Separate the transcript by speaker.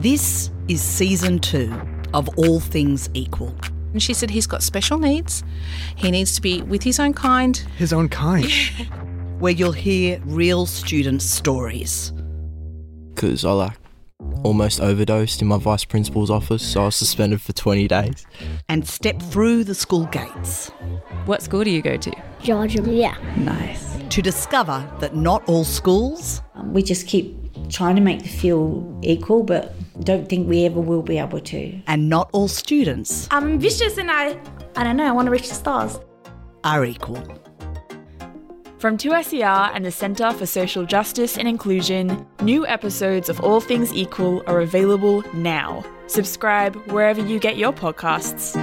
Speaker 1: This is season two of All Things Equal.
Speaker 2: And she said he's got special needs. He needs to be with his own kind.
Speaker 3: His own kind.
Speaker 1: where you'll hear real student stories.
Speaker 4: because I like almost overdosed in my vice principal's office, so I was suspended for 20 days.
Speaker 1: and step through the school gates
Speaker 5: What school do you go to?
Speaker 6: Georgia. Yeah.
Speaker 5: Nice.
Speaker 1: to discover that not all schools
Speaker 7: Um, We just keep trying to make the field equal, but don't think we ever will be able to.
Speaker 1: and not all students
Speaker 8: I'm ambitious and I, I don't know, I want to reach the stars.
Speaker 1: are equal.
Speaker 8: From 2SER and the Centre for Social Justice and Inclusion, new episodes of All Things Equal are available now. Subscribe wherever you get your podcasts.